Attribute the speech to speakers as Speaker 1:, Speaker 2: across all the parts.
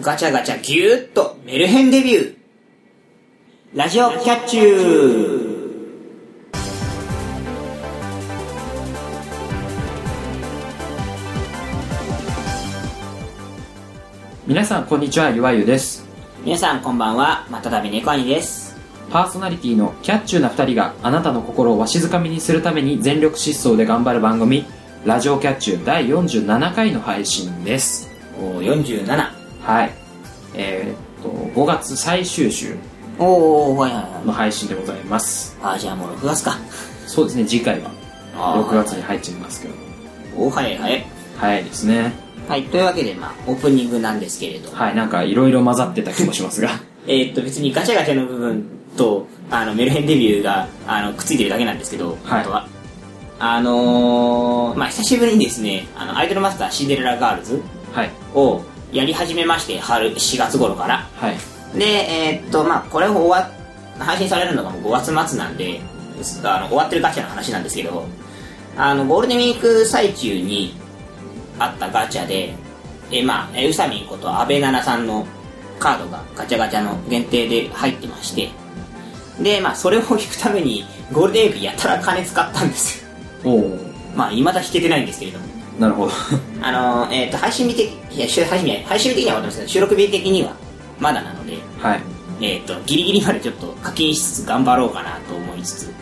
Speaker 1: ガチャガチャぎゅーっとメルヘンデビューラジオキャッチュー
Speaker 2: 皆さんこんにちはゆわゆです
Speaker 1: 皆さんこんばんはまたたびネコアニです
Speaker 2: パーソナリティのキャッチューな2人があなたの心をわしづかみにするために全力疾走で頑張る番組「ラジオキャッチュー」第47回の配信です
Speaker 1: おー47
Speaker 2: はいえー、っと5月最終週
Speaker 1: おーはいはいは
Speaker 2: の配信でございます
Speaker 1: いあーじゃあもう6月か
Speaker 2: そうですね次回は
Speaker 1: あー
Speaker 2: 6月に入っちゃいますけど
Speaker 1: おーはいはい
Speaker 2: 早いですね
Speaker 1: はいというわけでまあオープニングなんですけれど
Speaker 2: はいなんかいろいろ混ざってた気もし ますが
Speaker 1: えーっと別にガチャガチャの部分とあのメルヘンデビューがあのくっついてるだけなんですけど、
Speaker 2: はい
Speaker 1: 本当はあのー、まあ久しぶりにですねあのアイドルマスターシンデレラガールズ
Speaker 2: はい
Speaker 1: をやり始めまして春4月頃から
Speaker 2: はい
Speaker 1: でえーっとまあこれを終わ配信されるのがもう5月末なんでですあの終わってるガチャの話なんですけどあのゴールデンウィーク最中にあったガチャでえまあえ宇佐美こと安倍奈々さんのカードがガチャガチャの限定で入ってましてでまあそれを引くためにゴールデンウィークやたら金使ったんですよ
Speaker 2: おお
Speaker 1: まあいまだ引けてないんですけれども
Speaker 2: なるほど
Speaker 1: あのーえっ、と、配信日的、いや、収配信日、配信日的には終わってますけど、収録日的にはまだなので、
Speaker 2: はい
Speaker 1: えっ、と、ギリギリまでちょっと課金しつつ頑張ろうかなと思いつつ、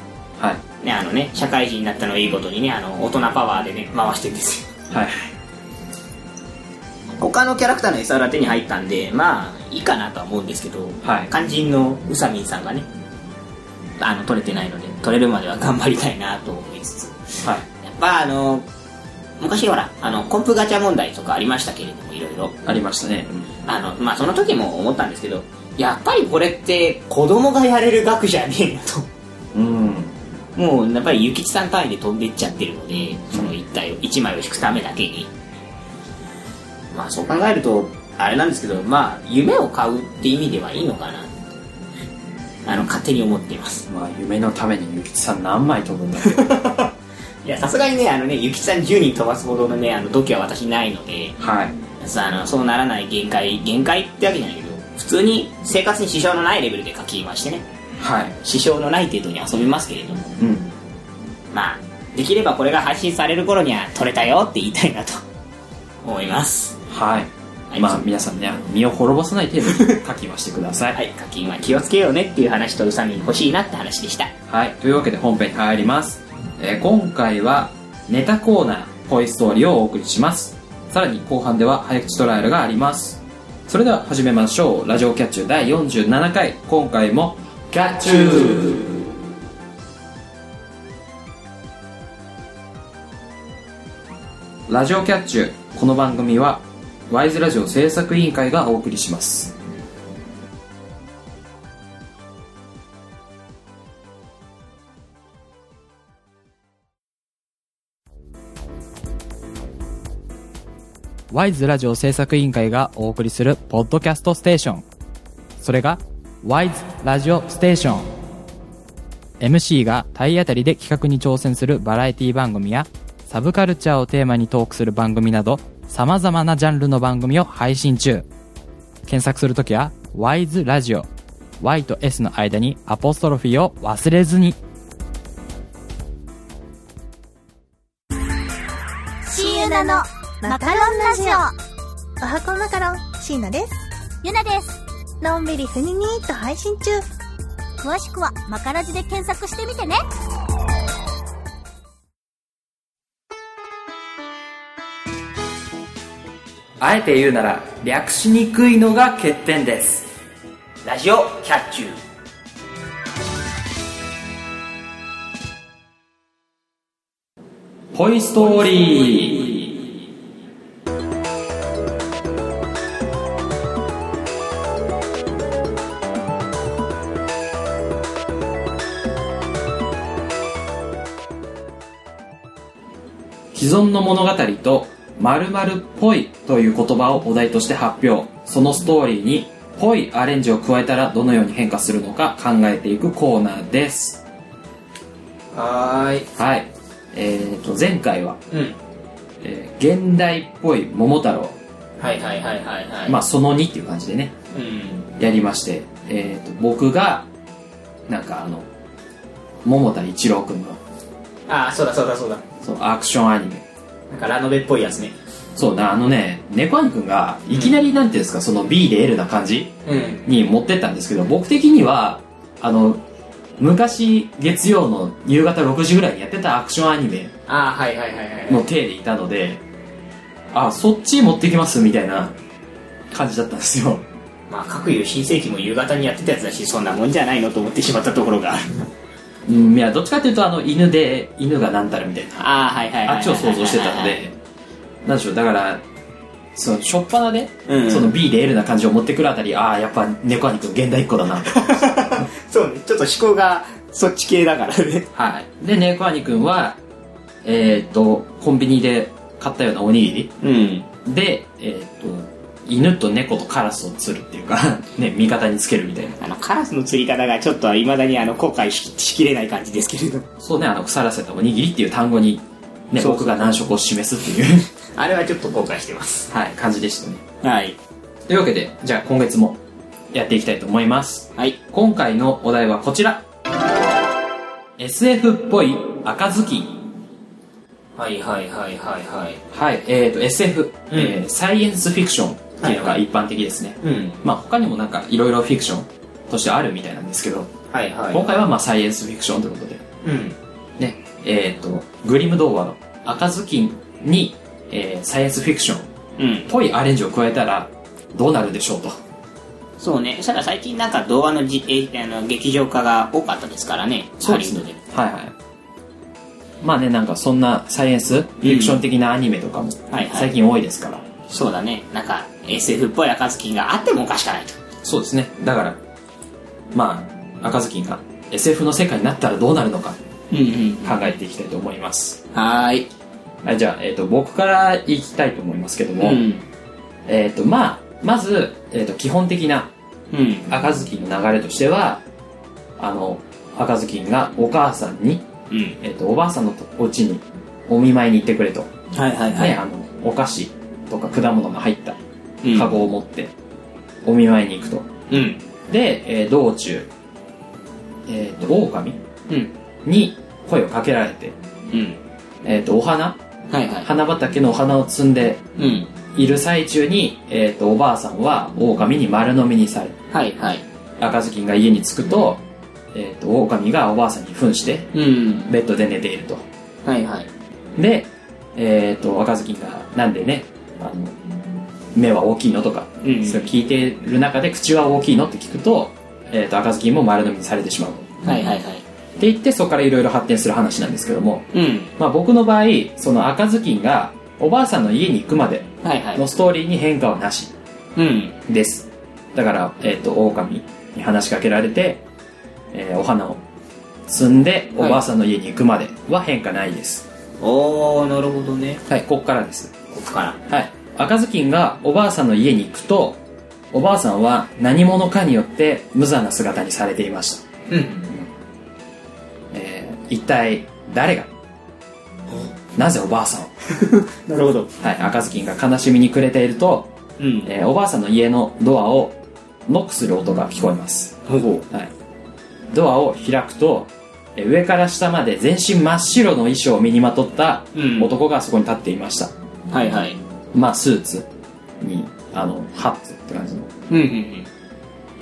Speaker 2: はい
Speaker 1: ね、あのね、社会人になったのをいいことにね、あの、大人パワーでね、回してるんですよ。
Speaker 2: はい
Speaker 1: 他のキャラクターの餌が手に入ったんで、まあ、いいかなとは思うんですけど、
Speaker 2: はい
Speaker 1: 肝心の宇佐美さんがね、あの、取れてないので、取れるまでは頑張りたいなと思いつつ、
Speaker 2: はい
Speaker 1: やっぱあの、昔ほら、あの、コンプガチャ問題とかありましたけれども、いろいろ。
Speaker 2: ありましたね
Speaker 1: あの、まあ、その時も思ったんですけど、やっぱりこれって子供がやれる額じゃねえなと。
Speaker 2: うん
Speaker 1: もう、やっぱり諭吉さん単位で飛んでっちゃってるので、その一体を、一枚を引くためだけに。まあ、そう考えると、あれなんですけど、まあ、夢を買うって意味ではいいのかな。あの、勝手に思っています。
Speaker 2: まあ夢のために諭吉さん何枚飛ぶんだろう
Speaker 1: いや、さすがにね、あのね、諭吉さん10人飛ばすほどのね、あの、度胸は私ないので、
Speaker 2: はい
Speaker 1: さあのそうならない限界限界ってわけじゃないけど普通に生活に支障のないレベルで課金はしてね
Speaker 2: はい
Speaker 1: 支障のない程度に遊びますけれども
Speaker 2: うん
Speaker 1: まあできればこれが配信される頃には取れたよって言いたいなと思います
Speaker 2: はい、
Speaker 1: はい
Speaker 2: まあ皆さんねあの身を滅ぼさない程度に課金はしてください
Speaker 1: はい課金は気をつけようねっていう話とうさみ欲しいなって話でした
Speaker 2: はい、というわけで本編に入ります、えー今回はネタコーナー「ポイストーリー」をお送りしますさらに後半では早口トライアルがありますそれでは始めましょう「ラジオキャッチュー」第47回今回もキャッチューラジオキャッチューこの番組はワイズラジオ制作委員会がお送りしますワイズラジオ制作委員会がお送りするポッドキャストステーション。それが、ワイズラジオステーション。MC が体当たりで企画に挑戦するバラエティ番組や、サブカルチャーをテーマにトークする番組など、様々なジャンルの番組を配信中。検索するときは、ワイズラジオ。Y と S の間にアポストロフィーを忘れずに。
Speaker 3: シーナのマカロンラジオおはこマカロンシーナですゆなですのんびりふににーっと配信中詳しくはマカラジで検索してみてね
Speaker 2: あえて言うなら、略しにくいのが欠点です。
Speaker 1: ラジオキャッチュー
Speaker 2: ポイストーリー。既存の物語と〇〇っぽいという言葉をお題として発表。そのストーリーにぽいアレンジを加えたらどのように変化するのか考えていくコーナーです。
Speaker 1: はーい
Speaker 2: はい。えーと、前回は
Speaker 1: うん
Speaker 2: えー現代っぽい桃太郎
Speaker 1: はいはいはいはいはい
Speaker 2: まあその2っていう感じでね
Speaker 1: うん
Speaker 2: やりまして、えー、と僕がなんかあの桃田一郎君の
Speaker 1: ああそうだそうだそうだ
Speaker 2: そのアクションアニメ
Speaker 1: なんかラノベっぽいやつね
Speaker 2: そうなあのね猫アニ君がいきなりなんていうんですかその B で L な感じ
Speaker 1: うん
Speaker 2: に持ってったんですけど僕的にはあの昔月曜の夕方6時ぐらいにやってたアクションアニメ
Speaker 1: ああはいはいはいはい
Speaker 2: の体でいたのであそっち持ってきますみたいな感じだったんですよ
Speaker 1: まあ各有新世紀も夕方にやってたやつだしそんなもんじゃないのと思ってしまったところがある
Speaker 2: うんいやどっちかっていうとあの犬で犬がなんたらみたいな
Speaker 1: ああはいはいはいはい
Speaker 2: あっちを想像してたので、なんでしょう、だから、その、しょっぱなで、
Speaker 1: うんうん
Speaker 2: その B で L な感じを持ってくるあたり、ああ、やっぱ、猫兄くん、現代っ子だなと。
Speaker 1: そうねちょっと思考がそっち系だからね
Speaker 2: はい。で、猫兄くんは、えーっと、コンビニで買ったようなおにぎり
Speaker 1: うん
Speaker 2: で、えーっと、犬と猫とカラスを釣るっていうか、 ね、味方につけるみたいな。
Speaker 1: あのカラスの釣り方がちょっといまだにあの後悔ししきれない感じですけれど
Speaker 2: そうね、あの、腐らせたおにぎりっていう単語に、ね、
Speaker 1: そう
Speaker 2: 僕が難色を示すっていう、
Speaker 1: あれはちょっと後悔してます
Speaker 2: はい、感じでしたね。
Speaker 1: はい
Speaker 2: というわけで、じゃあ今月もやっていきたいと思います。
Speaker 1: はい
Speaker 2: 今回のお題はこちら SF っぽい赤ずき
Speaker 1: はいはいはいはいはい
Speaker 2: はいえー、と SF、えーサイエンスフィクションっていうの
Speaker 1: は
Speaker 2: が
Speaker 1: い
Speaker 2: 一般的ですね、
Speaker 1: うん
Speaker 2: まあ他にもなんかいろいろフィクションとしてあるみたいなんですけど、
Speaker 1: はいはい
Speaker 2: 今回はまあサイエンスフィクションということで
Speaker 1: うん
Speaker 2: ねえー、とグリム童話の赤ずきに、えーサイエンスフィクションっ
Speaker 1: うん
Speaker 2: ぽいアレンジを加えたらどうなるでしょうと
Speaker 1: そうねただ最近なんか童話のじえあの劇場化が多かったですからねハリウッド
Speaker 2: はいはいまあねなんかそんなサイエンスフィクション的なアニメとかも
Speaker 1: はいはい
Speaker 2: 最近多いですから、
Speaker 1: でそうだねなんか SF っぽい赤ずきんがあってもおかしくないと
Speaker 2: そうですねだからまあ赤ずきんが SF の世界になったらどうなるのか
Speaker 1: うんうん
Speaker 2: 考えていきたいと思います、
Speaker 1: はーい
Speaker 2: はいじゃあ、えー、と僕からいきたいと思いますけども、
Speaker 1: うん
Speaker 2: えっ、とまあまず、えー、と基本的な
Speaker 1: うん
Speaker 2: 赤ずきんの流れとしてはあの赤ずきんがお母さんに、
Speaker 1: うん
Speaker 2: えー、とおばあさんのお家にお見舞いに行ってくれと
Speaker 1: はいはい
Speaker 2: ね、あの、お菓子とか果物が入った
Speaker 1: うん
Speaker 2: カゴを持って、お見舞いに行くと。
Speaker 1: うん
Speaker 2: で、えー道中、えっ、と、狼
Speaker 1: うん
Speaker 2: に声をかけられて、
Speaker 1: うん
Speaker 2: えっ、と、お花、
Speaker 1: はいはい
Speaker 2: 花畑のお花を摘んで
Speaker 1: うん
Speaker 2: いる最中に、えっ、と、おばあさんは狼に丸飲みにされ、
Speaker 1: はいはい
Speaker 2: 赤ずきんが家に着くと、えっ、と、狼がおばあさんに扮して、
Speaker 1: うん
Speaker 2: ベッドで寝ていると。
Speaker 1: はいはい
Speaker 2: で、えっ、と、赤ずきんが、なんでね、あの、目は大きいのとか、
Speaker 1: うん
Speaker 2: それを聞いてる中で口は大きいのって聞くと,、えー、と赤ずきんも丸飲みにされてしまうと
Speaker 1: はいはいはい
Speaker 2: って言ってそこからいろいろ発展する話なんですけども、
Speaker 1: うん
Speaker 2: まあ、僕の場合その赤ずきんがおばあさんの家に行くまで
Speaker 1: はいはい
Speaker 2: のストーリーに変化はなし
Speaker 1: うん
Speaker 2: ですだから、えー、と狼に話しかけられて、えーお花を摘んでお
Speaker 1: はい
Speaker 2: ばあさんの家に行くまでは変化ないです
Speaker 1: おーなるほどね
Speaker 2: はいここからです
Speaker 1: ここから
Speaker 2: はい赤ずきんがおばあさんの家に行くとおばあさんは何者かによって無残な姿にされていました
Speaker 1: うん
Speaker 2: えー一体誰がなぜおばあさんを、
Speaker 1: なるほど
Speaker 2: はい、赤ずきんが悲しみに暮れていると、
Speaker 1: うん
Speaker 2: えーおばあさんの家のドアをノックする音が聞こえます、
Speaker 1: ほぼ
Speaker 2: はい、ドアを開くと、えー上から下まで全身真っ白の衣装を身にまとった
Speaker 1: うん
Speaker 2: 男がそこに立っていました、
Speaker 1: はいはい
Speaker 2: まあスーツにあのハットって感じの、
Speaker 1: うんうんうん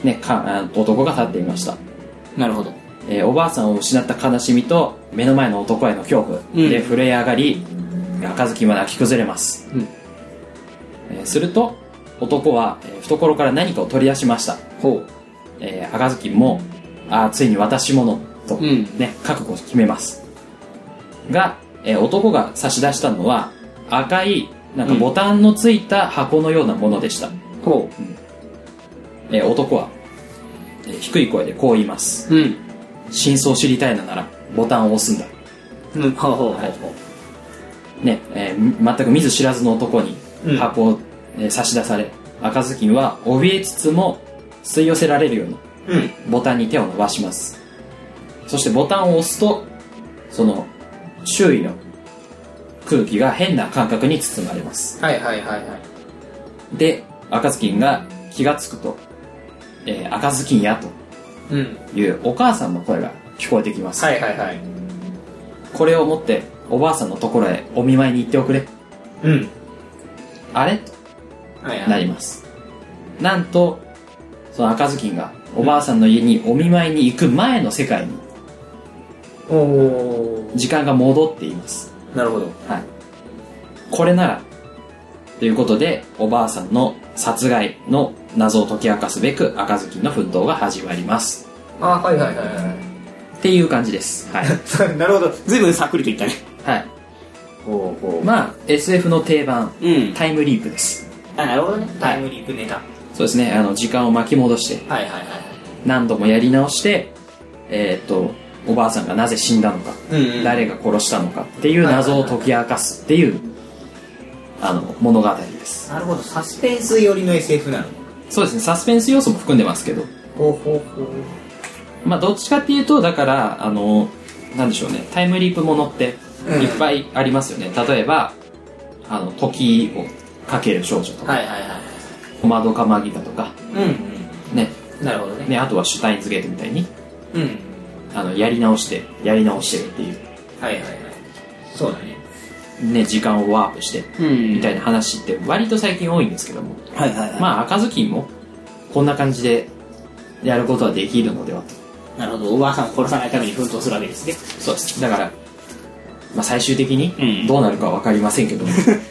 Speaker 2: ね、かあ男が立っていました
Speaker 1: なるほど
Speaker 2: えーおばあさんを失った悲しみと目の前の男への恐怖
Speaker 1: うん
Speaker 2: で震え上がり、赤ずきんは泣き崩れます、
Speaker 1: うん
Speaker 2: えーすると男は、えー懐から何かを取り出しました、
Speaker 1: ほ
Speaker 2: えー赤ずきんもあーついに渡し物と、
Speaker 1: うん
Speaker 2: ね、覚悟を決めますが、えー男が差し出したのは赤いなんかボタンのついた箱のようなものでした、
Speaker 1: うほ
Speaker 2: えー男は、えー低い声でこう言います
Speaker 1: ううん
Speaker 2: 真相を知りたいのならボタンを押すんだ
Speaker 1: うんほうほう
Speaker 2: はいねえー全く見ず知らずの男に
Speaker 1: うん
Speaker 2: 箱を、えー差し出され赤ずきんは怯えつつも吸い寄せられるように
Speaker 1: うん
Speaker 2: ボタンに手を伸ばしますそしてボタンを押すとその周囲の空気が変な感覚に包まれます
Speaker 1: はいはいはいはい
Speaker 2: で、赤ずきんが気がつくと、えー赤ずきんや
Speaker 4: うん。
Speaker 2: というお母さんの声が聞こえてきます。
Speaker 4: はいはいはい。
Speaker 2: これを持って、おばあさんのところへお見舞いに行っておくれ。
Speaker 4: うん。
Speaker 2: あれ
Speaker 4: はいは。
Speaker 2: ないります。なんと、その赤ずきんが、おばあさんの家にお見舞いに行く前の世界に、
Speaker 4: おお。
Speaker 2: 時間が戻っています。
Speaker 4: なるほど。
Speaker 2: はい。これなら、ということで、おばあさんの殺害の謎を解き明かすべく、赤ずきんの奮闘が始まります。
Speaker 4: あはいはいはいは
Speaker 2: っていう感じです。はい。
Speaker 4: い。 なるほど。
Speaker 1: 随分さっくりといったね
Speaker 2: はい。
Speaker 4: ほうほ
Speaker 2: まあ、SF の定番、
Speaker 1: うん
Speaker 2: タイムリープです。
Speaker 1: あなるほどね
Speaker 4: タイムリープネタ。はい
Speaker 2: そうですね、あの、時間を巻き戻して、
Speaker 4: はいはいはい。
Speaker 2: 何度もやり直して、えーっと、おばあさんがなぜ死んだのか、
Speaker 1: うんうん
Speaker 2: 誰が殺したのかっていう謎を解き明かすっていう、あの、物語です。
Speaker 4: なるほど。サスペンス寄りの SF なの。
Speaker 2: そうですね、サスペンス要素も含んでますけど、
Speaker 4: ほうほうほう。
Speaker 2: まあ、どっちかっていうと、だから、あの、なんでしょうね、タイムリープものって
Speaker 4: うん
Speaker 2: いっぱいありますよね。例えば、あの、時をかける少女とか、
Speaker 4: はいはいはい。
Speaker 2: 小窓かまぎだとか、
Speaker 4: うん
Speaker 2: ね、
Speaker 4: うん。なるほどね。
Speaker 2: ね、あとはシュタインズゲートみたいに、
Speaker 4: うん。
Speaker 2: あの、やり直して、やり直してってい
Speaker 4: はいはいはい。そうだね。
Speaker 2: う、ね、時間をワープして、
Speaker 1: うん
Speaker 2: みたいな話って割と最近多いんですけども、
Speaker 1: はいはいはい、
Speaker 2: まあ赤ずきんもこんな感じでやることはできるのではと
Speaker 1: なるほどおばあさんを殺さないために奮闘するわけですね
Speaker 2: そうですだから、まあ、最終的
Speaker 1: う
Speaker 2: に
Speaker 1: ん
Speaker 2: どうなるかは分かりませんけど、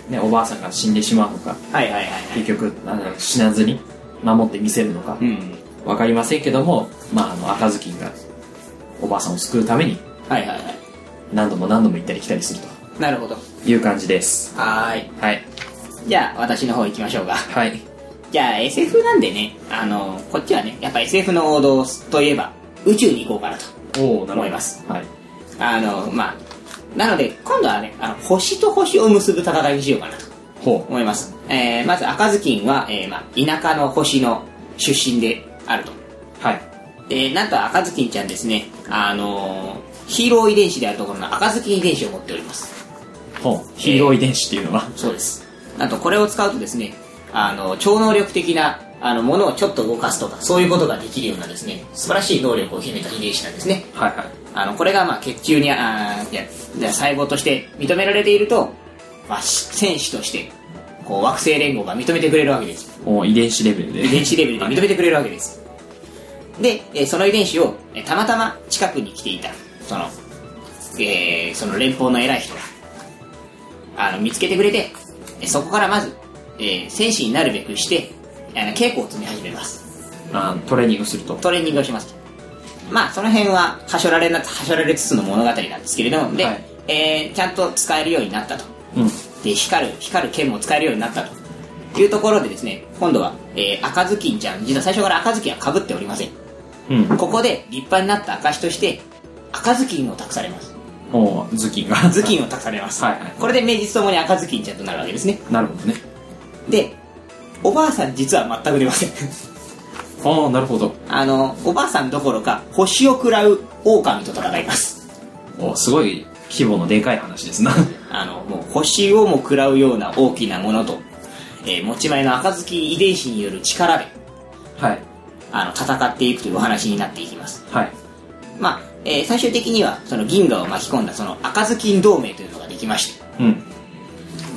Speaker 2: ね、おばあさんが死んでしまうのか
Speaker 1: はいはいはいはい
Speaker 2: 結局あの死なずに守ってみせるのか
Speaker 1: うん
Speaker 2: 分かりませんけども、まあ、あの赤ずきんがおばあさんを救うために
Speaker 1: はいはいはい
Speaker 2: 何度も何度も行ったり来たりする
Speaker 1: なるほど
Speaker 2: という感じです
Speaker 1: はーい
Speaker 2: はい
Speaker 1: じゃあ私の方行きましょうか
Speaker 2: はい
Speaker 1: じゃあ SF なんでねあのこっちはねやっぱ SF の王道といえば宇宙に行こうかなと
Speaker 2: おおなる
Speaker 1: 思
Speaker 2: ほ
Speaker 1: い
Speaker 2: ど
Speaker 1: ます
Speaker 2: はい
Speaker 1: あのまあなので今度はねあの星と星を結ぶ戦いにしようかなと
Speaker 2: ほ
Speaker 1: 思います、えーまず赤ずきんは、えーまあ、田舎の星の出身であると
Speaker 2: うはい
Speaker 1: でなんと赤ずきんちゃんですねあのーヒーロー遺伝子であるところの赤ずきん遺伝子を持っております
Speaker 2: ほうヒーロー遺伝子っていうのは、
Speaker 1: そうですなんとこれを使うとですねあの超能力的なあのものをちょっと動かすとかそういうことができるようなですね素晴らしい能力を秘めた遺伝子なんですね
Speaker 2: はいはい
Speaker 1: あのこれがまあ血中にあーいやいや細胞として認められていると、まあ、し戦士としてこう惑星連合が認めてくれるわけです
Speaker 2: おー遺伝子レベルで
Speaker 1: 遺伝子レベルで認めてくれるわけですで、えーその遺伝子を、えーたまたま近くに来ていたその,、えーその連邦の偉い人があの見つけてくれてえーそこからまず、えー戦士になるべくしてあの稽古を積み始めます
Speaker 2: あトレーニングすると
Speaker 1: トレーニングをしますまあその辺ははしょられなはしょられつつの物語なんですけれどもで、
Speaker 2: はい
Speaker 1: えーちゃんと使えるようになったと
Speaker 2: うん
Speaker 1: で光る光る剣も使えるようになったというところでですね今度は、えー赤ずきんちゃん実は最初から赤ずきんはかぶっておりません
Speaker 2: うん
Speaker 1: ここで立派になった証として赤ずきんを託されます
Speaker 2: もう頭巾が
Speaker 1: 頭巾を託されます、
Speaker 2: はいはい
Speaker 1: これで名実ともに赤ずきんちゃんとなるわけですね
Speaker 2: なるほどね
Speaker 1: でおばあさん実は全く出ません
Speaker 2: ああなるほど
Speaker 1: あのおばあさんどころか星を食らう狼と戦います
Speaker 2: おーすごい規模のでかい話ですな
Speaker 1: あのもう星をも食らうような大きなものと、えー持ち前の赤ずきん遺伝子による力で
Speaker 2: はい
Speaker 1: あの戦っていくというお話になっていきます
Speaker 2: はい
Speaker 1: まあ、えー最終的にはその銀河を巻き込んだその赤ずきん同盟というのができまして、
Speaker 2: うん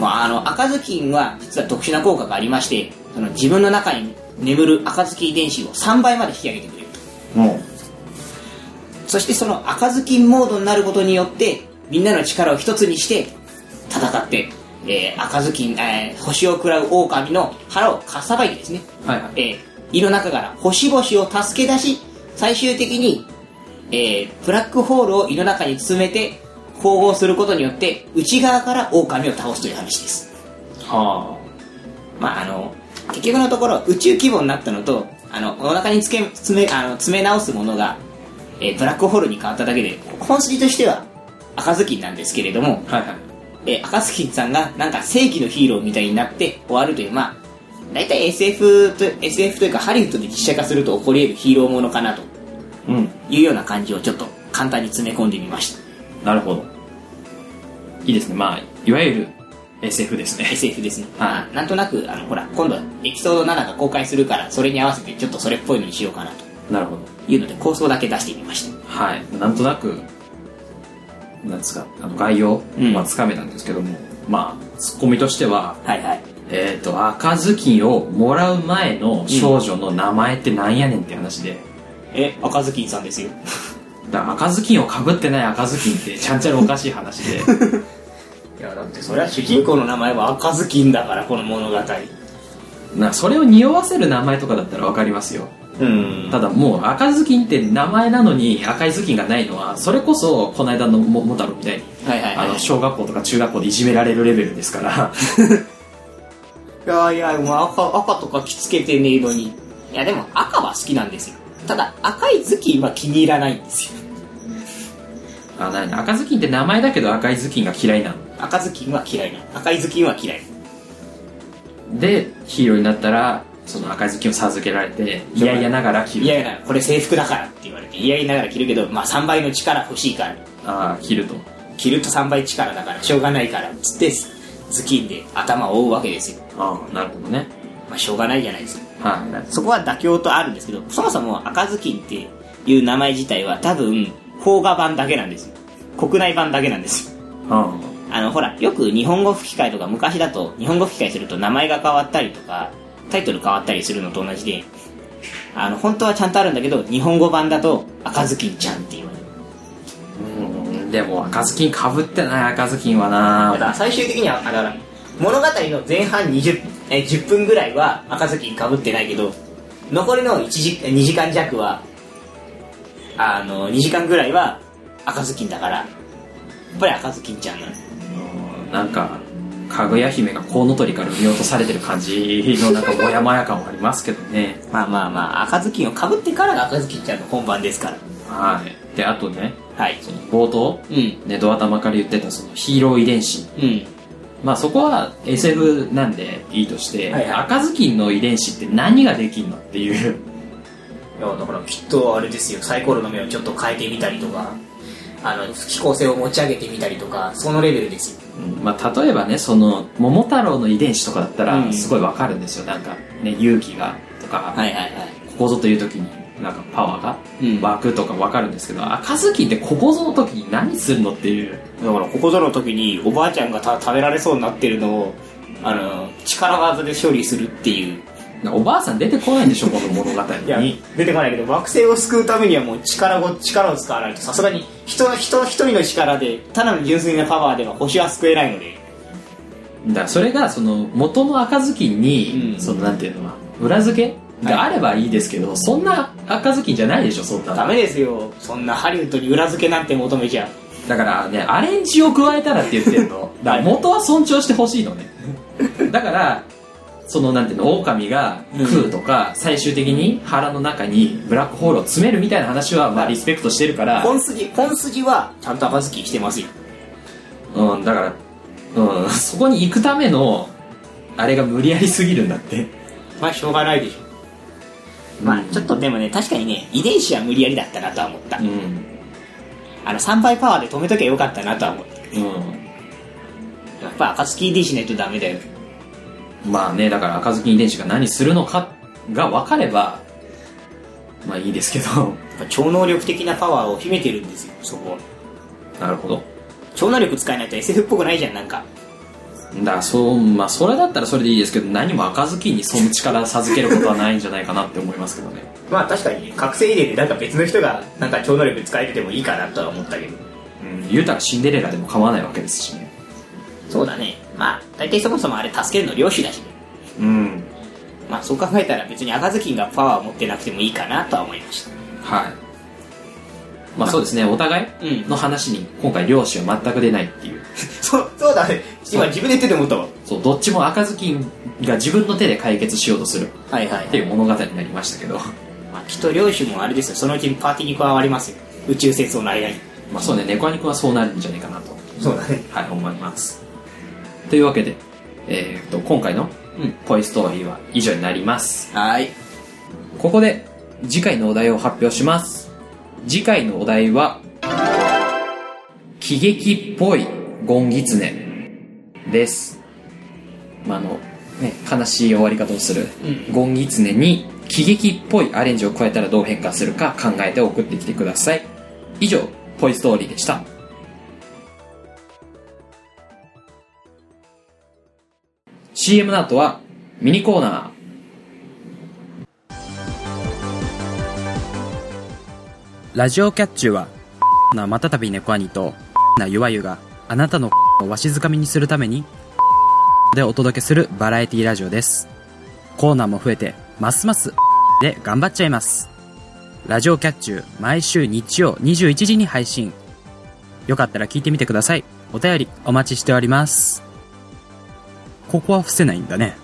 Speaker 1: まあ、あの赤ずきんは実は特殊な効果がありましてその自分の中に眠る赤ずきん遺伝子を3倍まで引き上げてくれると
Speaker 2: もう
Speaker 1: そしてその赤ずきんモードになることによってみんなの力を一つにして戦って、えー赤ずきん、えー星を食らう狼の腹をかっさばいてですね
Speaker 2: はいはい
Speaker 1: えー胃の中から星々を助け出し最終的に、えーブラックホールを胃の中に詰めて縫合することによって内側から狼を倒すという話です
Speaker 2: は
Speaker 1: まああの結局のところ宇宙規模になったのとあのお腹につけ詰めあの詰め直すものが、えーブラックホールに変わっただけで本筋としては赤ずきんなんですけれども
Speaker 2: あはいはい
Speaker 1: えー、赤ずきんさんがなんか正義のヒーローみたいになって終わるという、まあ、大体 SF と、SF というかハリウッドで実写化すると起こり得るヒーローものかなと
Speaker 2: うん
Speaker 1: いうような感じをちょっと簡単に詰め込んでみました。
Speaker 2: なるほどいいですねまあいわゆる SF ですね
Speaker 1: SF ですね、
Speaker 2: はい
Speaker 1: まあなんとなくあのほら今度はエピソード7が公開するからそれに合わせてちょっとそれっぽいのにしようかなと
Speaker 2: なるほど
Speaker 1: いうので構想だけ出してみました
Speaker 2: はいなんとなくなんですかあの概要
Speaker 1: うん
Speaker 2: はつかめたんですけども、まあツッコミとしては
Speaker 1: はいはい
Speaker 2: えっ、と赤ずきんをもらう前の少女の名前ってなんやねんって話で、
Speaker 1: え赤ずきんさんですよ
Speaker 2: だから赤ずきんをかぶってない赤ずきんってちゃんちゃらおかしい話で
Speaker 4: い やだって
Speaker 1: それは主人公の名前は赤ずきんだからこの物語
Speaker 2: なそれを匂わせる名前とかだったらわかりますよ
Speaker 1: うん
Speaker 2: ただもう赤ずきんって名前なのに赤いずきんがないのはそれこそこの間のももたろみたいに
Speaker 1: はいはいは
Speaker 2: あ
Speaker 1: い
Speaker 2: の小学校とか中学校でいじめられるレベルですから
Speaker 1: いやいや、もう赤、赤とか着付けてねえのに。いや、でも赤は好きなんですよ。ただ、赤い頭巾は気に入らないんですよ。
Speaker 2: あなに赤ずきんって名前だけど赤いずきんが嫌いなの
Speaker 1: 赤頭巾は嫌いな。赤い頭巾は嫌い。
Speaker 2: でヒーローになったらその赤いずきんを授けられていやいやながら着る
Speaker 1: いやいや、これ制服だからって言われて、いやいやながら着るけど、まあ3倍の力欲しいから、
Speaker 2: ああ着ると
Speaker 1: 着ると3倍力だから、しょうがないから、つって、頭巾で頭を覆うわけですよ。
Speaker 2: ああなるほどね
Speaker 1: まあしょうがないじゃないですか。
Speaker 2: はい
Speaker 1: そこは妥協とあるんですけど、そもそも赤ずきんっていう名前自体は多分、邦画版だけなんですよ。国内版だけなんですよ。
Speaker 2: あ
Speaker 1: あの、ほら、よく日本語吹き替えとか昔だと、日本語吹き替えすると名前が変わったりとか、タイトル変わったりするのと同じで、あの、本当はちゃんとあるんだけど、日本語版だと、赤ずきんちゃんって言われる。
Speaker 2: あうんでも赤ずきんかぶってない赤ずきんはな
Speaker 1: だから最終的には、あだから、物語の前半20、え、10分ぐらいは赤ずきん被ってないけど、残りの1時、2時間弱は、あの、2時間ぐらいは赤ずきんだから、やっぱり赤ずきんちゃんなんです。
Speaker 2: うんなんかかぐや姫がコウノトリから産み落とされてる感じのなんかもやもや感はありますけどね
Speaker 1: まあまあまあ、赤ずきんを被ってからが赤ずきんちゃんの本番ですから。
Speaker 2: はいであとね
Speaker 1: はい。
Speaker 2: その冒頭
Speaker 1: うん。
Speaker 2: ねドア玉から言ってたそのヒーロー遺伝子
Speaker 1: うん。
Speaker 2: まあそこは SF なんでいいとして、
Speaker 1: はいはい
Speaker 2: 赤ずきんの遺伝子って何ができんのっていう
Speaker 1: いや、だからきっとあれですよ、サイコロの目をちょっと変えてみたりとか、あの、飛行性を持ち上げてみたりとか、そのレベルですよ。
Speaker 2: うんまあ例えばねその桃太郎の遺伝子とかだった
Speaker 1: う
Speaker 2: ら
Speaker 1: ん
Speaker 2: すごいわかるんですよなんかね勇気がとか、
Speaker 1: いはいはい。
Speaker 2: ここぞという時になんかパワーが
Speaker 1: うん
Speaker 2: 湧くとかわかるんですけど、赤ずきんってここぞの時に何するのっていう
Speaker 1: だから、ここぞの時におばあちゃんがた食べられそうになってるのを、あの、力技で処理するっていう。
Speaker 2: おばあさん出てこないんでし ょこの物語
Speaker 1: いや
Speaker 2: に、
Speaker 1: 出てこないけど、惑星を救うためにはもう力ご、力を使わないと、さすがに人、人、一人の力で、ただの純粋なパワーでは星は救えないので。
Speaker 2: だからそれがその元の赤ずきんに、
Speaker 1: うん
Speaker 2: そのなんていうのは裏付けがあればいいですけど、そんな赤ずきんじゃないでしょそんな
Speaker 1: ダメですよ。そんなハリウッドに裏付けなんて求めちゃう。
Speaker 2: だからねアレンジを加えたらって言ってん のだから元は尊重してほしいのねだからそのなんていうの狼が食うとか、最終的に腹の中にブラックホールを詰めるみたいな話は、まあ、リスペクトしてるか ら、
Speaker 1: 本筋、本筋はちゃんと赤ずきんしてますよ。
Speaker 2: うん、だから、うん、そこに行くためのあれが無理やりすぎるんだって
Speaker 1: まあしょうがないでしょまあちょっとでもね確かにね遺伝子は無理やりだったなとは思った、
Speaker 2: うん
Speaker 1: あの3倍パワーで止めときゃよかったなとは思った
Speaker 2: う
Speaker 1: やっぱ赤月遺伝子ないとダメだよ
Speaker 2: んまあねだから赤ずきん遺伝子が何するのかが分かればまあいいですけど
Speaker 1: やっぱ超能力的なパワーを秘めてるんですよそこは
Speaker 2: なるほど
Speaker 1: 超能力使えないと SF っぽくないじゃんなんか
Speaker 2: だからそうまあそれだったらそれでいいですけど何も赤ずきんにその力授けることはないんじゃないかなって思いますけどね
Speaker 1: まあ確かに覚醒遺伝でなんか別の人がなんか超能力使えててもいいかなとは思ったけど
Speaker 2: うん言うたらシンデレラでも構わないわけですしね
Speaker 1: そうだねまあ大体そもそもあれ助けるの漁師だしね
Speaker 2: うん
Speaker 1: まあそう考えたら別に赤ずきんがパワーを持ってなくてもいいかなとは思いました
Speaker 2: はいまあそうですねお互い
Speaker 1: うん
Speaker 2: の話に今回漁師は全く出ないっていう
Speaker 1: そうそうだね
Speaker 2: 今
Speaker 1: 自分で言ってて思ったわ
Speaker 2: そうどっちも赤ずきんが自分の手で解決しようとする
Speaker 1: はいはい、
Speaker 2: っていう物語になりましたけど
Speaker 1: まあ、きっと領主もあれですよそのうちにパーティーに加わりますよ宇宙戦争の間に
Speaker 2: まあそうね猫アニくんはそうなるんじゃないかなと
Speaker 1: そうだね
Speaker 2: はい思いますというわけで、えー、と今回の
Speaker 1: うん
Speaker 2: ポイストーリーは以上になります
Speaker 1: はい
Speaker 2: ここで次回のお題を発表します。次回のお題は、喜劇っぽいゴンギツネです。
Speaker 5: まああのね、悲しい終わり方をする
Speaker 6: うん
Speaker 5: ゴンギツネに喜劇っぽいアレンジを加えたらどう変化するか考えて送ってきてください以上「ポイストーリー」でしたームの後はミニコーナ
Speaker 2: ラジオキャッチュは、 なまたたび猫兄と、 なゆわゆがあなたの をわしづかみにするために、 でお届けするバラエティラジオです。コーナーも増えて、ますます で頑張っちゃいます。ラジオキャッチュ毎週日曜21時に配信。よかったら聞いてみてください。お便りお待ちしております。ここは伏せないんだね。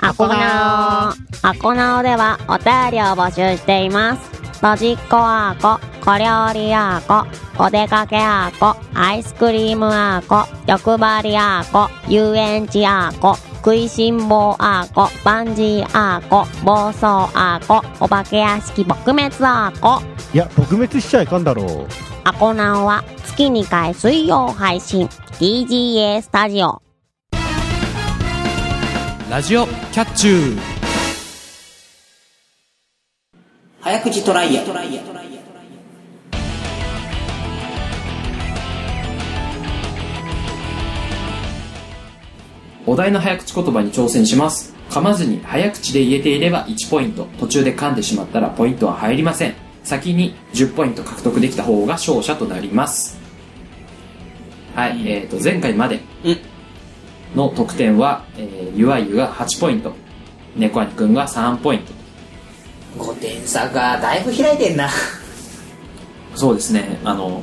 Speaker 7: アコナオアコナオではお便りを募集していますドジっ子アーコ小料理アーコお出かけアーコアイスクリームアーコ欲張りアーコ遊園地アーコ食いしん坊アーコバンジーアーコ暴走アーコお化け屋敷撲滅アーコ
Speaker 8: いや撲滅しちゃいかんだろう
Speaker 7: アコナオは月2回水曜配信 DGA スタジオ
Speaker 2: ラジオキャッチュー
Speaker 1: 早口トライアル
Speaker 5: ーお題の早口言葉に挑戦します噛まずに早口で言えていれば1ポイント途中で噛んでしまったらポイントは入りません先に10ポイント獲得できた方が勝者となりますはい、えー、と前回までの得点は、えー、ゆわゆが8ポイント猫兄くんが3ポイント
Speaker 1: 5点差がだいぶ開いてんな
Speaker 5: そうですねあの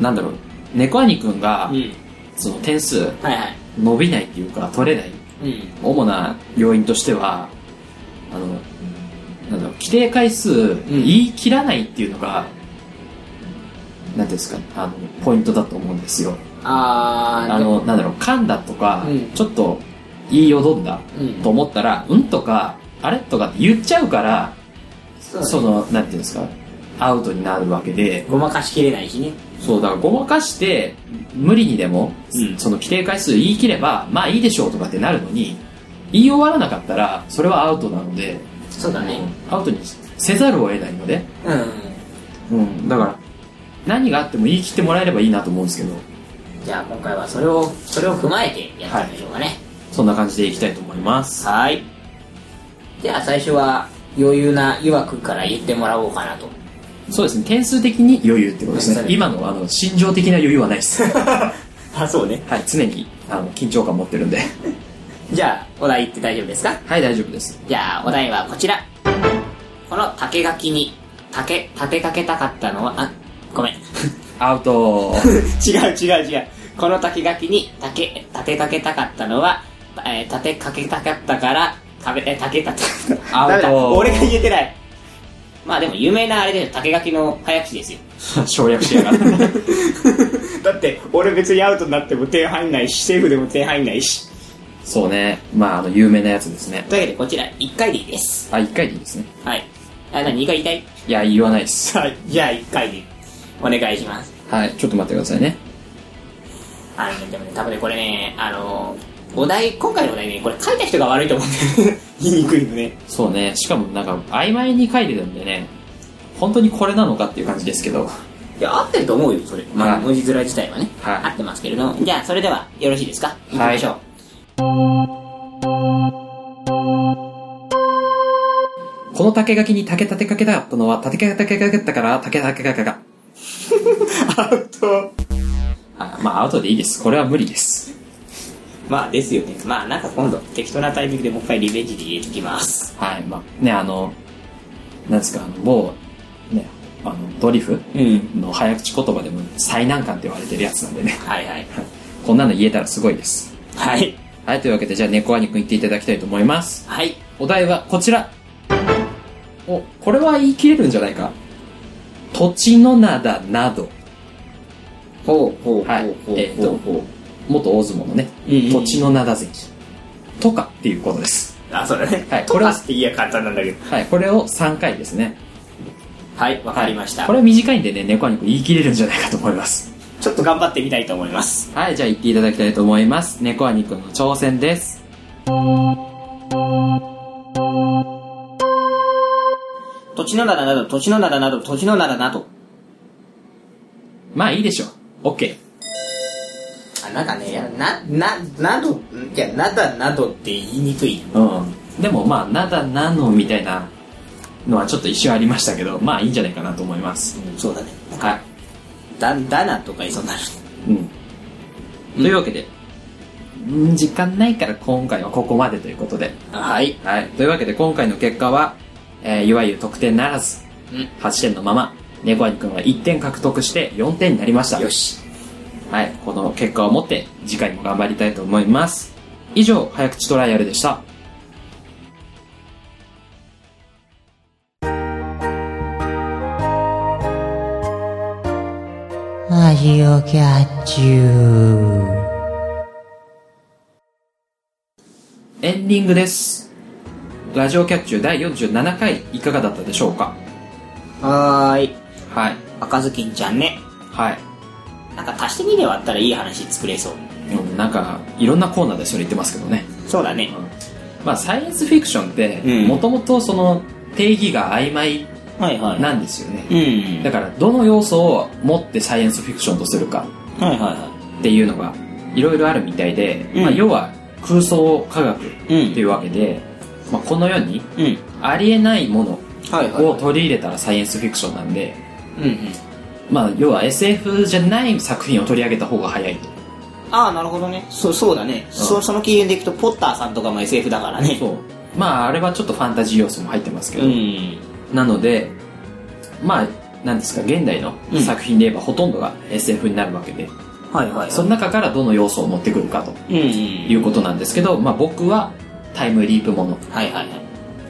Speaker 5: なんだろう猫兄くんが、
Speaker 1: ん
Speaker 5: その点数
Speaker 1: はいはい
Speaker 5: 伸びないっていうか取れない
Speaker 1: うん
Speaker 5: 主な要因としてはあのなんだろう規定回数言い切らないっていうのが、なんていうんですかあのポイントだと思うんですよ
Speaker 1: あー
Speaker 5: あのなんだろう噛んだとか、
Speaker 1: うん
Speaker 5: ちょっと言いよどんだ
Speaker 1: うん
Speaker 5: と思ったら「うん」とか「あれ?」とかって言っちゃうから
Speaker 1: そうだね
Speaker 5: そのなんていうんですかアウトになるわけで、
Speaker 1: ごまかしきれないしね
Speaker 5: そうだからごまかして無理にでも、
Speaker 1: うん
Speaker 5: その規定回数言い切ればまあいいでしょうとかってなるのに言い終わらなかったらそれはアウトなので、
Speaker 1: そうだね
Speaker 5: アウトにせざるを得ないので、
Speaker 1: うん
Speaker 5: うん、だから何があっても言い切ってもらえればいいなと思うんですけど
Speaker 1: じゃあ今回はそれをそれを踏まえてやってみましょうかね
Speaker 5: そんな感じでいきたいと思います
Speaker 1: はいじゃあ最初は余裕な岩くんから言ってもらおうかなと
Speaker 5: そうですね点数的に余裕ってことです
Speaker 1: そう
Speaker 5: ね
Speaker 1: ですね
Speaker 5: 今のあの心情的な余裕はないです は
Speaker 1: あそうね
Speaker 5: い常にあの緊張感持ってるんで
Speaker 1: じゃあお題言って大丈夫ですか
Speaker 5: はい大丈夫です
Speaker 1: じゃあお題はこちらこの竹垣に竹立てかけたかったのはあごめん 違
Speaker 5: アウト
Speaker 1: う違う違うこの竹垣に竹立てかけたかったのは、えー立てかけたかったから壁え竹立て
Speaker 5: アウト
Speaker 1: ダメだ俺が言えてないまあでも有名なあれで竹垣の早口ですよ
Speaker 5: 省略しやがって
Speaker 1: だって俺別にアウトになっても点入んないしセーフでも点入んないし
Speaker 5: そうねまああの有名なやつですね
Speaker 1: というわけでこちら1回でいいです
Speaker 5: あ、一回でいいですね。
Speaker 1: はいあ何2回言いた
Speaker 5: いや、言わないです。
Speaker 1: いじゃあ1回でお願いします
Speaker 5: はい、ちょっと待ってくださいね。
Speaker 1: あのね、でもね、多分ね、これね、あの、お題、今回のお題ね、これ書いた人が悪いと思うんだよね言いにくいのね。
Speaker 5: そうね、しかもなんか、曖昧に書いてたんでね、本当にこれなのかっていう感じですけど、
Speaker 1: いや、合ってると思うよ、それ。ま
Speaker 5: は
Speaker 1: あ、
Speaker 5: い
Speaker 1: 文字面自体はね、
Speaker 5: はい
Speaker 1: 合ってますけれども。じゃあ、それでは、よろしいですか行きましょう。
Speaker 5: この竹垣に竹立てかけたかったのは、立てかけたかったから、竹立てかけたか。 アウト。あまあ、アウトでいいです。これは無理です。
Speaker 1: まあ、ですよね。まあ、なんか今度、適当なタイミングでもう一回リベンジで入れてきます。
Speaker 5: はい、まあ、ね、あの、なんですか、あの、某、ね、あの、ドリフ
Speaker 1: うん。
Speaker 5: の早口言葉でも最難関って言われてるやつなんでね、
Speaker 1: はいはい。
Speaker 5: こんなの言えたらすごいです。
Speaker 1: はい。
Speaker 5: はい、というわけで、じゃあ、猫兄くん言っていただきたいと思います。
Speaker 1: はい。
Speaker 5: お題はこちら。お、これは言い切れるんじゃないか。土地の灘など。
Speaker 1: ほうほうほうほうほう。
Speaker 5: はいえっと元大相撲のね、
Speaker 1: うんうんうん
Speaker 5: 土地の灘関。とかっていうことです。
Speaker 1: あ、そうだね。
Speaker 5: はい
Speaker 1: こ
Speaker 5: これ
Speaker 1: れ
Speaker 5: は
Speaker 1: って言え簡単なんだけど。
Speaker 5: はい、これを3回ですね。
Speaker 1: はい、わかりました。
Speaker 5: はいこれは短いんでね、猫兄くん言い切れるんじゃないかと思います。
Speaker 1: ちょっと頑張ってみたいと思います
Speaker 5: はい、じゃあ行っていただきたいと思います。猫アニくんの挑戦です。
Speaker 1: 土地の灘など土地の灘など土地の灘など
Speaker 5: まあいいでしょう。OK。
Speaker 1: あなんかねいやなななどいやなだなどって言いにくい
Speaker 5: うん。でもまあ、なだなのみたいなのはちょっと一瞬ありましたけど、まあいいんじゃないかなと思います。
Speaker 1: そうだね
Speaker 5: はい。
Speaker 1: だだなとか言いそうになる
Speaker 5: うん。というわけで、うん時間ないから今回はここまでということで。
Speaker 1: はい
Speaker 5: はい。というわけで今回の結果は、えーいわゆる得点ならず、
Speaker 1: うん
Speaker 5: 8点のまま、猫アニくんは1点獲得して4点になりました。
Speaker 1: よし
Speaker 5: はい、この結果をもって次回も頑張りたいと思います。以上、早口トライアルでした。
Speaker 9: ラジオキャッチュー。
Speaker 5: エンディングです。ラジオキャッチュ第47回いかがだったでしょうか
Speaker 1: はーい
Speaker 5: はい。
Speaker 1: 赤ずきんちゃんね
Speaker 5: はい。
Speaker 1: なんか足して2で割ったらいい話作れそう
Speaker 5: うん、なんか、いろんなコーナーでそれ言ってますけどね。
Speaker 1: そうだね
Speaker 5: まあ、サイエンスフィクションって
Speaker 1: う、ん
Speaker 5: もともとその定義が曖昧
Speaker 1: はいは
Speaker 5: なんですよね。
Speaker 1: うん
Speaker 5: だから、どの要素を持ってサイエンスフィクションとするか
Speaker 1: はいはいは
Speaker 5: っていうのが、いろいろあるみたいで、
Speaker 1: うん
Speaker 5: まあ、要は空想科学
Speaker 1: いうん
Speaker 5: っていうわけで、まあ、この世に
Speaker 1: うん
Speaker 5: ありえないもの
Speaker 1: はいはい
Speaker 5: を取り入れたらサイエンスフィクションなんで、
Speaker 1: うんうん
Speaker 5: まあ、要は SF じゃない作品を取り上げた方が早いと
Speaker 1: ああなるほどねそそうだね、そその基準でいくとポッターさんとかも SF だからね
Speaker 5: そうまああれはちょっとファンタジー要素も入ってますけど、
Speaker 1: ん
Speaker 5: なのでまあなんですか現代の
Speaker 1: うん
Speaker 5: 作品で言えばほとんどが SF になるわけで、
Speaker 1: はいはい
Speaker 5: その中からどの要素を持ってくるかと
Speaker 1: うんうん
Speaker 5: いうことなんですけど、まあ、僕はタイムリープもの
Speaker 1: はいはいは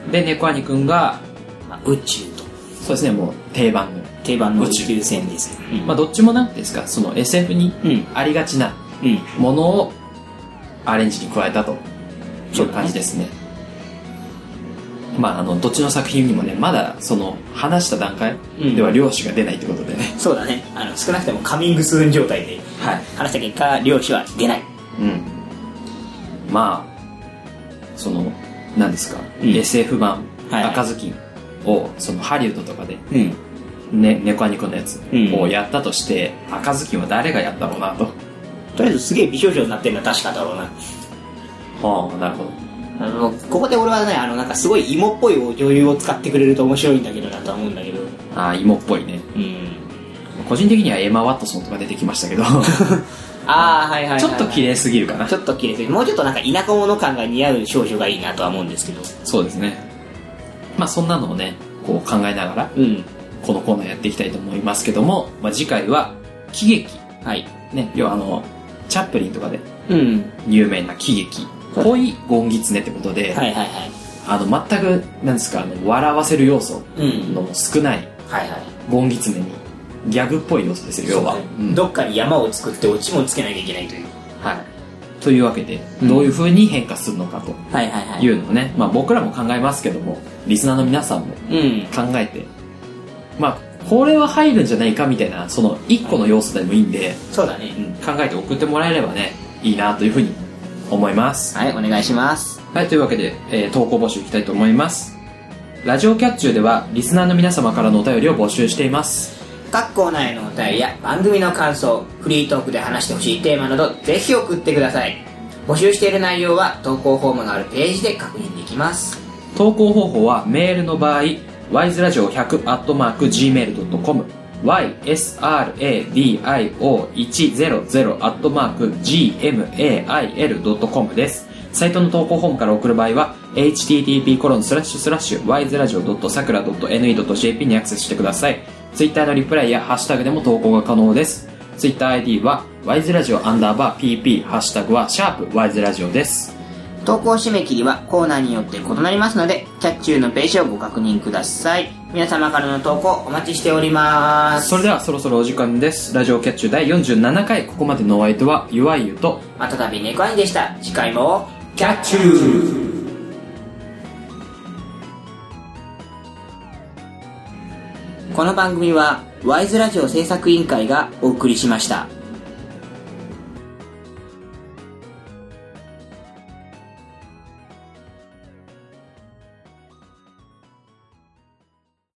Speaker 1: い、
Speaker 5: で猫兄くんが
Speaker 1: まあ、宇宙と
Speaker 5: そうですねもう定番の、
Speaker 1: 定番の
Speaker 5: 宇
Speaker 1: 宇
Speaker 5: 宙
Speaker 1: 宙船ですね、うん
Speaker 5: まあ、どっちもなんていうんですかその SF に
Speaker 1: うんうん
Speaker 5: ありがちなものをアレンジに加えたという感じですねまああのどっちの作品にもねまだその話した段階では量子が出ないってことでね、
Speaker 1: そうだねあの少なくてもカミングスーン状態で
Speaker 5: はい、
Speaker 1: 話した結果漁師は出ない
Speaker 5: うん、まあその何ですか、
Speaker 1: うん
Speaker 5: SF 版
Speaker 1: はいはい
Speaker 5: 赤ずきんをそのハリウッドとかで
Speaker 1: うん
Speaker 5: ね猫アニコのやつ
Speaker 1: うん
Speaker 5: をやったとして、赤ずきんは誰がやったろうなと
Speaker 1: とりあえずすげえ美少女になってるのは確かだろうな
Speaker 5: はあなるほど
Speaker 1: あのここで俺はねあのなんかすごい芋っぽい女優を使ってくれると面白いんだけどなとは思うんだけど
Speaker 5: ああ芋っぽいね
Speaker 1: うん
Speaker 5: 個人的にはエマ・ワットソンとか出てきましたけど
Speaker 1: ああはいはいはいはい
Speaker 5: ちょっと綺麗すぎるかな
Speaker 1: ちょっと綺麗ですもうちょっとなんか田舎者感が似合う少女がいいなとは思うんですけど
Speaker 5: そうですねまあそんなのをねこう考えながら
Speaker 1: うん
Speaker 5: このコーナーやっていきたいと思いますけども、まあ、次回は喜劇
Speaker 1: はい
Speaker 5: ね要はあのチャップリンとかで
Speaker 1: うん
Speaker 5: 有名な喜劇恋ゴンギツネってことで、
Speaker 1: はいはいはい
Speaker 5: あの全くなんですかあの笑わせる要素
Speaker 1: うん
Speaker 5: の少ない
Speaker 1: はいはい
Speaker 5: ゴンギツネにギャグっぽい要素ですよ要は、うん
Speaker 1: どっかに山を作ってオチもつけなきゃいけないという
Speaker 5: はい、というわけで
Speaker 1: うん
Speaker 5: どういう風に変化するのかと
Speaker 1: はいはいはい
Speaker 5: いううのをね、まあ、僕らも考えますけどもリスナーの皆さんも
Speaker 1: ん
Speaker 5: 考えてまあこれは入るんじゃないかみたいなその1個の要素でもいいんで、
Speaker 1: そうだね
Speaker 5: うん考えて送ってもらえればねいいなというふうに思います
Speaker 1: はいお願いします
Speaker 5: はいというわけで、えー投稿募集いきたいと思いますラジオキャッチューではリスナーの皆様からのお便りを募集しています
Speaker 1: 各コーナーへのお便りや番組の感想フリートークで話してほしいテーマなどぜひ送ってください募集している内容は投稿フォームがあるページで確認できます
Speaker 5: 投稿方法はメールの場合 wiseradio100-gmail.com ysradio100-gmail.com ですサイトの投稿フォームから送る場合は http://wiseradio.sakura.ne.jp にアクセスしてくださいツイッターのリプライやハッシュタグでも投稿が可能ですツイッター ID は wiseradio アンダーバー pp ハッシュタグはシャープ wiseradio です
Speaker 1: 投稿締め切りはコーナーによって異なりますのでキャッチューのページをご確認ください皆様からの投稿お待ちしております
Speaker 5: それではそろそろお時間です。ラジオキャッチュ第47回、ここまでのお相手は、ゆわゆと、
Speaker 1: またたび猫アニでした次回も
Speaker 5: キャッチュー
Speaker 1: この番組はワイズラジオ制作委員会がお送りしました